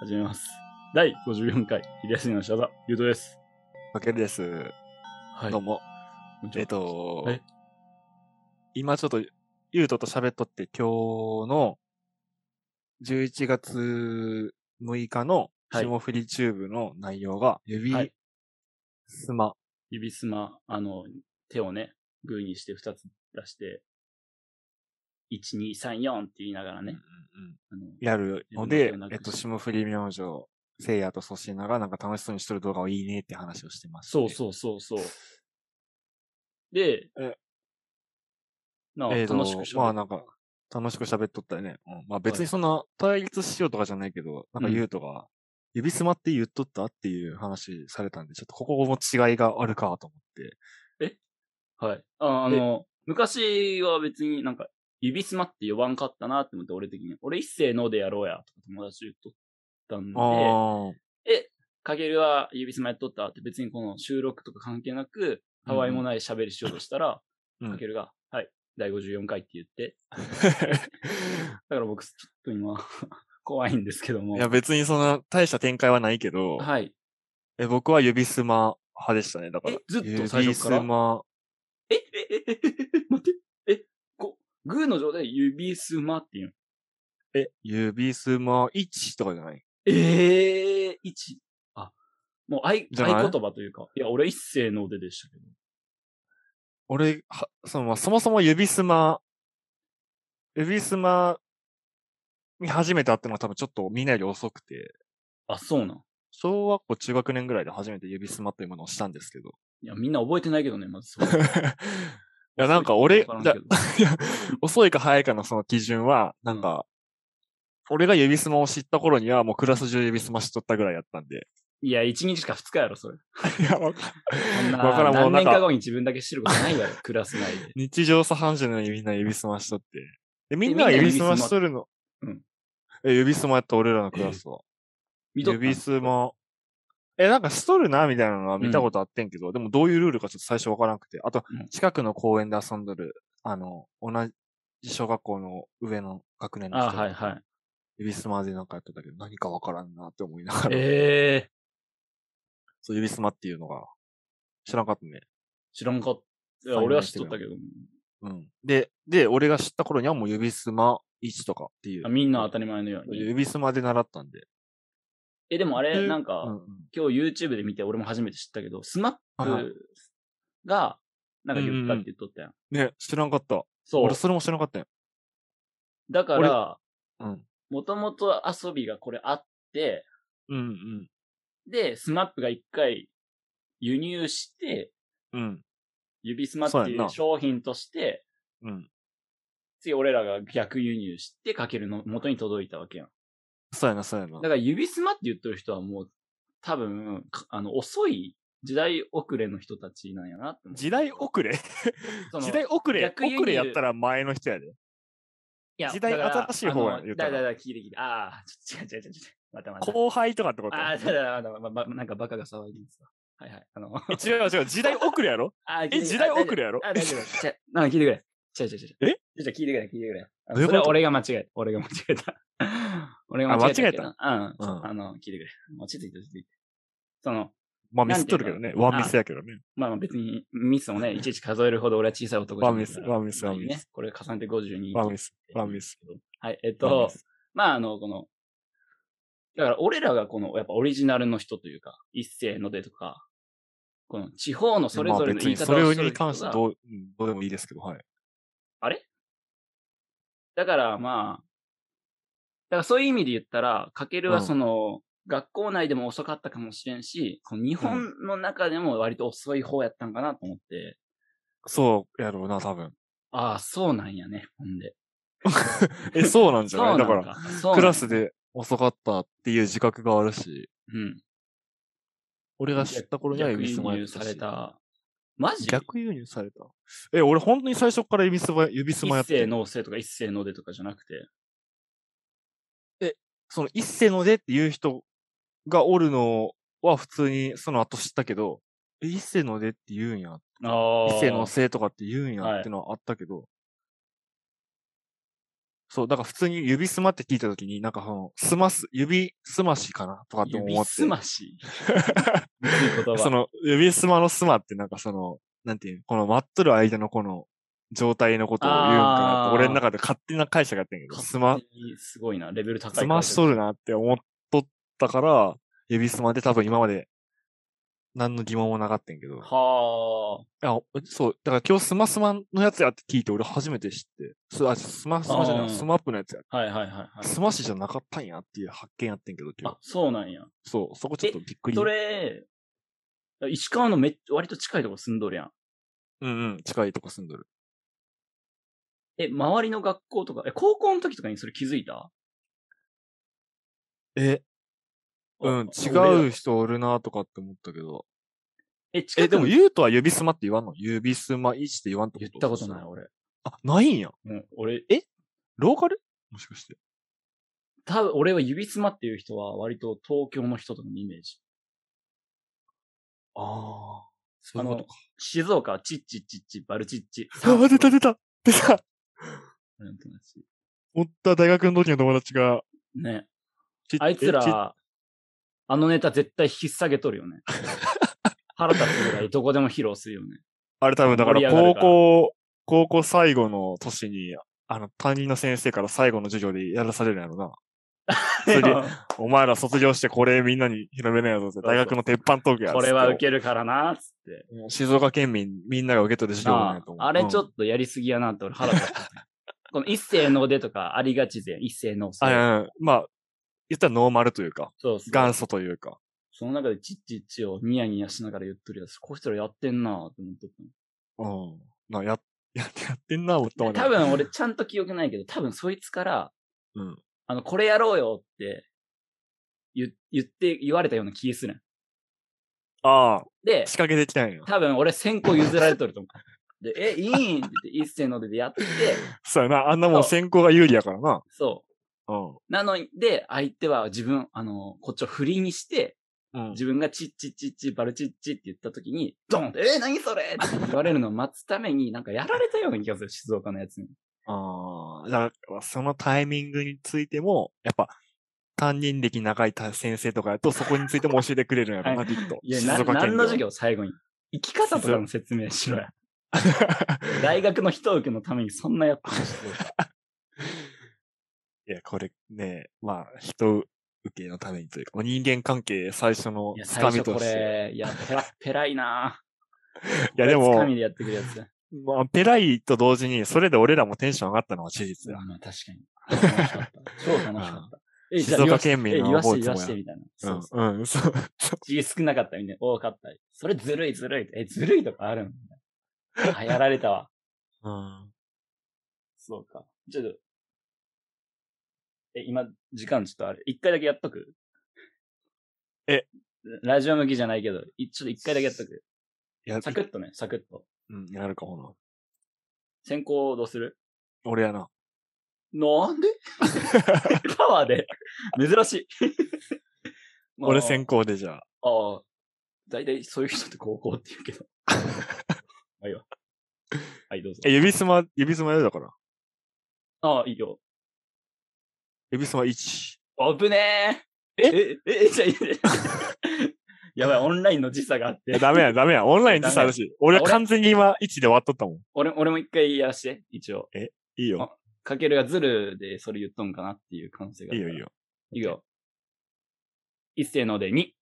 始めます。第54回、昼休みの下座、ゆうとです。かけるです。はいどう。も。こんにちはえっ、とはい、今ちょっと、ゆうとと喋っとって、今日の11月6日のはい霜降りチューブの内容が、指はい、スマ、指すま、あの、手をね、グーにして2つ出して、1、2、3、4って言いながらね、あのやるの自で分の手をな、くえっと、して霜降り明星、聖夜と粗品がなんか楽しそうにしとる動画をいいねって話をしてました、そうそうそうそう。でえ、なんかえーと楽しくしようまあなんか、楽しく喋っとったよね。うん、まあ別にそんな対立しようとかじゃないけど、なんかうん言うとか、指すまって言っとったっていう話されたんで、ちょっとここも違いがあるかと思って。はい。ああの、昔は別になんか、指すまって呼ばんかったなって思って、俺的に。俺一世のでやろうや、とか友達と言っとったんで、あかけるは指すまやっとったって別にこの収録とか関係なく、たわいもない喋りしようとしたら、うんかけるが、はい、第54回って言 って、だから僕ちょっと今、 怖いんですけどあ。もい。や別にそんな大した展開はないけど、はい。え僕は指すま派でしたね。だからえ。、ずっと最初か指らす。ま、え、え、え、え、え、え待って。え、こ、グーの状態で指すまっていうの。え、指すま1とかじゃないええー、一。あ、もう合い、じゃない合言葉というか。いや、俺一世の腕でしたけど。俺、は、その、まあそもそも指すま、指すまに初めて会ったのは多分ちょっとみんなより遅くて、あ、そうなん。小学校中学年ぐらいで初めて指すまというものをしたんですけ ど。いや、みんな覚えてないけどね、まずそれ。いいや、なんか俺、わだ らんけどいや遅いか早いかのその基準は、なんか、俺が指すまを知った頃にはもうクラス中指すましとったぐらいやったんで。いや、一日か二日やろ、それ。いや、わかそんな、わからんもう何な年んかか、後に自分だけ知ることないや ろ、クラス内で。日常茶飯事のようにみんな指すましとって。で、みんなが指すましとるの。うんえ、指すまやった俺らのクラスは。見とった指すま。え、なんかしとるな、みたいなのは見たことあってんけど、でもどういうルールかちょっと最初わからなくて。あとうん、近くの公園で遊んどる、あの、同じ小学校の上の学年のあ、人がはいはい。指すまでなんかやってたけど、何かわからんなって思いながら、 ええー、そう、指すまっていうのが、知らんかったね。知らんかった。いや、才能俺は知っとったけど。うん。で、で、俺が知った頃にはもう指すま1とかっていうあ。みんな当たり前のように。指すまで習ったんで。え、でもあれ、でなんか、うんうん今日 YouTube で見て、俺も初めて知ったけど、スマッはいプが、なんか言ったって言っとったやん。ね、知らんかった。そう俺。それも知らんかったよ。だから、うん。もともと遊びがこれあって、うんで、スマップが一回輸入して、うん。うん。指スマってそういやんうな商品として、うん。次俺らが逆輸入してかけるの元に届いたわけやん。そうやな、そうやなだか。ら指スマって言ってる人はもう多分、かあの、遅い時代遅れの人たちなんやなって思う。時代遅れその時代遅れ逆輸入遅れやったら前の人やで。いや時だ代から新しい方やあの言うただだらだ、聞いて聞いて。ああ、ちょ違う違う違う違う。またまた。後輩とかってことああ、だだだだ、ま、ま、なんかバカが騒いでるんですか。はいはい。あ の、違う違う、時代遅れや ろあー聞いてえ、時代遅れやろあ、大丈夫。ちゃ、なんか聞いてくれ。ちゃちゃちゃちゃ。えちょ、聞いてくれ、聞いてくれ。あのどういうそことれは俺が間違えた。俺が間違えた。俺が間違えたけど。たうん。うんあの、聞いてくれ。 落ち着いて、落ち着いて。その、まあミスっとるけどね。ワンミスやけどね。まあ別にミス もね、いちいち数えるほど俺は小さい男じゃワンないミかス、らワンミス、まワあンいいミねス。。これ重ねて52。ワンミス、ワンミス。はい、えっワンとミ、スまああの、この、だから俺らがこの、やっぱオリジナルの人というか、一世のでとか、この地方のそれまあぞれの別言いに方をそれしとるに人が関してどう、うんどうでもいいですけど、はい。だからまあ、だからそういう意味で言ったら、かけるはうんその、学校内でも遅かったかもしれんし、この日本の中でも割と遅い方やったんかなと思って、そうやろうな、多分。ああ、そうなんやね、ほんで。え、 そうなんじそゃなういなだんから、そうなんクラスで遅かったっていう自覚があるし、うん。俺が知った頃には逆指輸すまや入ったされし。た。マジ逆輸入された。え、俺本当に最初から指すま、指すまや一ってる世のせとか一世のでとかじゃなくて。その一世のでっていう人がおるのは普通にその後知ったけど、え一世のでって言うんや。ああ。一世のせとかって言うんはいやってのはあったけど、そう、だから普通に指すまって聞いたときに、なんかその、すます、指すましかなとかって思って。指す まし。むずい言葉。その、指すまのすまってなんかその、なんていう、この待っとる間のこの、状態のことを言うんかなあと、ー俺の中で勝手な解釈やってんやけど、すま勝、手にすごいな、レベル高い。すましとる。なって思っとったから、指すまで多分今まで、何の疑問もなかったんやけど。はあ。あ、そう、だから今日スマスマのやつやって聞いて、俺初めて知って、すあスマスマじゃなあい、ースマップのやつや。はいはいはいはい。スマシじゃなかったんやっていう発見やってんけど、今あ日、。そうなんや。そう、そこちょっとびっくり。それ、石川のめっ割と近いとこ住んどるやん。うんうん、近いとこ住んどる。え、周りの学校とか、え、高校の時とかにそれ気づいたえ、うん、違う。人おるなとかって思ったけど。俺え、近え、くでも、に言うとは指すまって言わんの指すまいって言わんってこと言ったことない、。俺。あ、ないんや。うん、俺、ローカルもしかして。多分俺は指すまっていう人は割と東京の人とかのイメージ。ああ。そうあいうこのと、静岡はチッチッチッチ、バルチッチ。か。あ、出た出た出たうん友達おった大学の時の友達が、ね。ちあいつ、ら、あのネタ絶対引っ提げとるよね。腹立つぐらいどこでも披露するよね。あれ多分だか盛りら上がる高から校、高校最後の年に、あの、担任の先生から最後の授業でやらされるんや ろな。それでお前ら卒業してこれみんなに広めないやぞって、そうそう大学の鉄板トークやこれは受けけるからな、つって。静岡県民みんなが受け取る授業なんやあと思う。ああれちょと、っとやりすぎやなって俺腹立った。 この一世のでとかありがちぜ。一世のせ。あうんまあ、言ったらノーマルというか、そうそう。元祖というか。その中でチッチッチをニヤニヤしながら言っとるやつ、こうしたらやってんなぁって思っとったのうん。なや、 やって、やってんな、思ったもんね多分俺ちゃんと記憶ないけど、多分そいつから、うんあの、これやろうよって言言って、言われたような気するん。ああ、で仕、掛けてきたんや。多分俺先行譲られとると思う。で、え、いいんって言って一斉のででやって、そうやな、あんなもん先行が有利やからな。そうう。なので、相手は自分、あの、こっちを振りにして、ん。うん。自分がチッチッチッチ、バルチッチって言った時に、ドンって、えー、何それって言われるのを待つために、なんかやられたような気がする、静岡のやつに。ああ、だから、そのタイミングについても、やっぱ、担任歴長いた先生とかやと、そこについても教えてくれるんやろはな、きっと。いや、静な岡何県のの授業最後に。生き方とかの説明しろや。大大学の人受けのためにそんなやってる人。 いや、これね、まあ、人受けのためにというか、人間関係最初のいや、つ最かみ初とこして。れ、いや、ペラ、ペラいないや、でつもか、みでやってくるやつ。まあ、ペライと同時に、それで俺らもテンション上がったのは事実だ。まあ、確かに。楽しかった。超楽し かった。え静じゃあ岡県民えの言わして覚えて言わしてみもやたいな。そうそう。うん、うん、そう。字少なかったみたいな。多かった。それずるいずるい。え、ずるいとかあるんあ、やられたわ。うん。そうか。ちょっと。え、今、時間ちょっとあれ。一回だけやっとくえラジオ向きじゃないけど、いちょっと一回だけやっとく。いや、サクッとね、サクッと。うん、やるかほな。先行どうする俺やな。なんで パワーで。珍しい。まあ俺先行でじゃあ。ああ、大体そういう人って高校って言うけど。まあいいわ。はい、どうぞえ、。指すま、指すまやだから。ああ、いいよ。指すま1。危ねえ。え、え、え、じゃあいいね やばい、オンラインの時差があっいて や。ダメや、ダメや。オンライン実際あるし。俺は俺完全に今、1で終わっとったもん。俺、俺も一回やらして、一応。いいよ。かけるがズルでそれ言っとんかなっていう可能性があいいるかよ、らいいい。よ。いよ。一斉ので2。危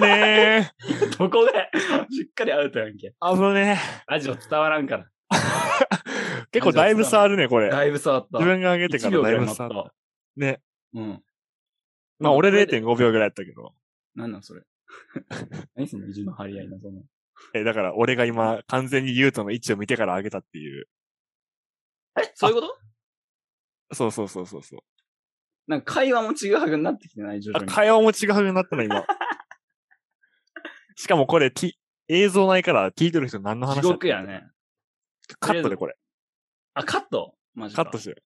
ねえ。 どこでしっかりアウトやんけ。危ねラジオ伝わらんから。 え。結構だいぶ差あるね、これ。だいぶ触った。自分が上げてか1ら秒ぐだいらいぶなっ差あたる。。ね。うん。まあ、俺これで0.5秒ぐらいやったけど。なんなんそれ。 何その二重の張り合いな、その。え、だから俺が今、完全にユートの位置を見てから上げたっていう。えそういうことそうそうそうそうそう。なんか会話もちぐはぐになってきてない、徐あ、々に。会話も違うようになったの、今。しかもこれ、き映像ないから聞いてる人何の地話だった獄や。ね。カットでこれ。あ、カットマジカか。ットしてる。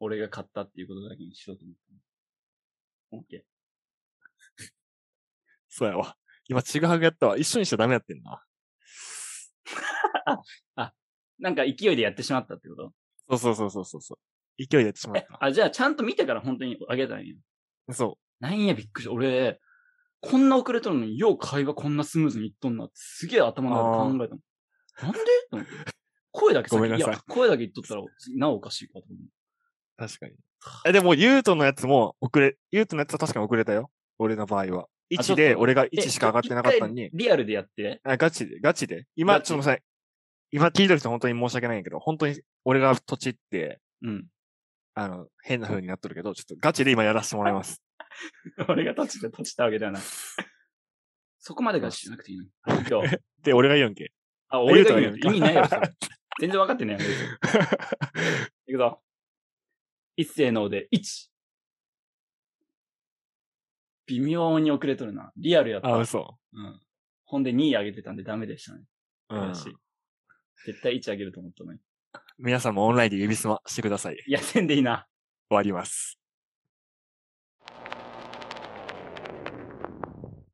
俺が買ったっていうことだけにしようと思って。オッケー。そうやわ。今、ちぐはぐやったわ。一緒にしちゃダメやってんな。なんか勢いでやってしまったってことそうそうそうそうそうそう。勢いでやってしまっあ、じゃあちゃんと見てから本当にあげたんや。た。そなんや、びっくりした。俺、こんな遅れとるのに、よう会話こんなスムーズにいっとんなって、すげえ頭の中で考えたもん。なんでと思って声だけ先ごめんなさいや、声だけ言っとったら、なおおかしいかと思う。う。確かに。え、でも、ユートのやつも遅れ、ユートのやつは確かに遅れたよ。俺の場合は。1ちょっで、と俺が1しか上がってなかったのにえ一回。リアルでやって。あ、ガチで、ガチで。今、ガチちょっとごめんなさい。今聞いてる人本当に申し訳ないんやけど、本当に俺が土地って、うん。 あの、変な風になっとるけど、ちょっとガチで今やらせてもらいます。俺が立ちて立ちたわけではない。そこまでがしなくていいの。 今日。で、俺が言うんけ。あ、俺が言言ううと意味ないやろ、そ れ全然分かってないやろ。別にいくぞ。一斉ので1。微妙に遅れとるな。リアルやった。あ、嘘。うん。ほんで2位上げてたんでダメでしたね。うん悔。しい絶対1上げると思ったのに。皆さんもオンラインで指すましてください。終いや、せんでいいな。わります。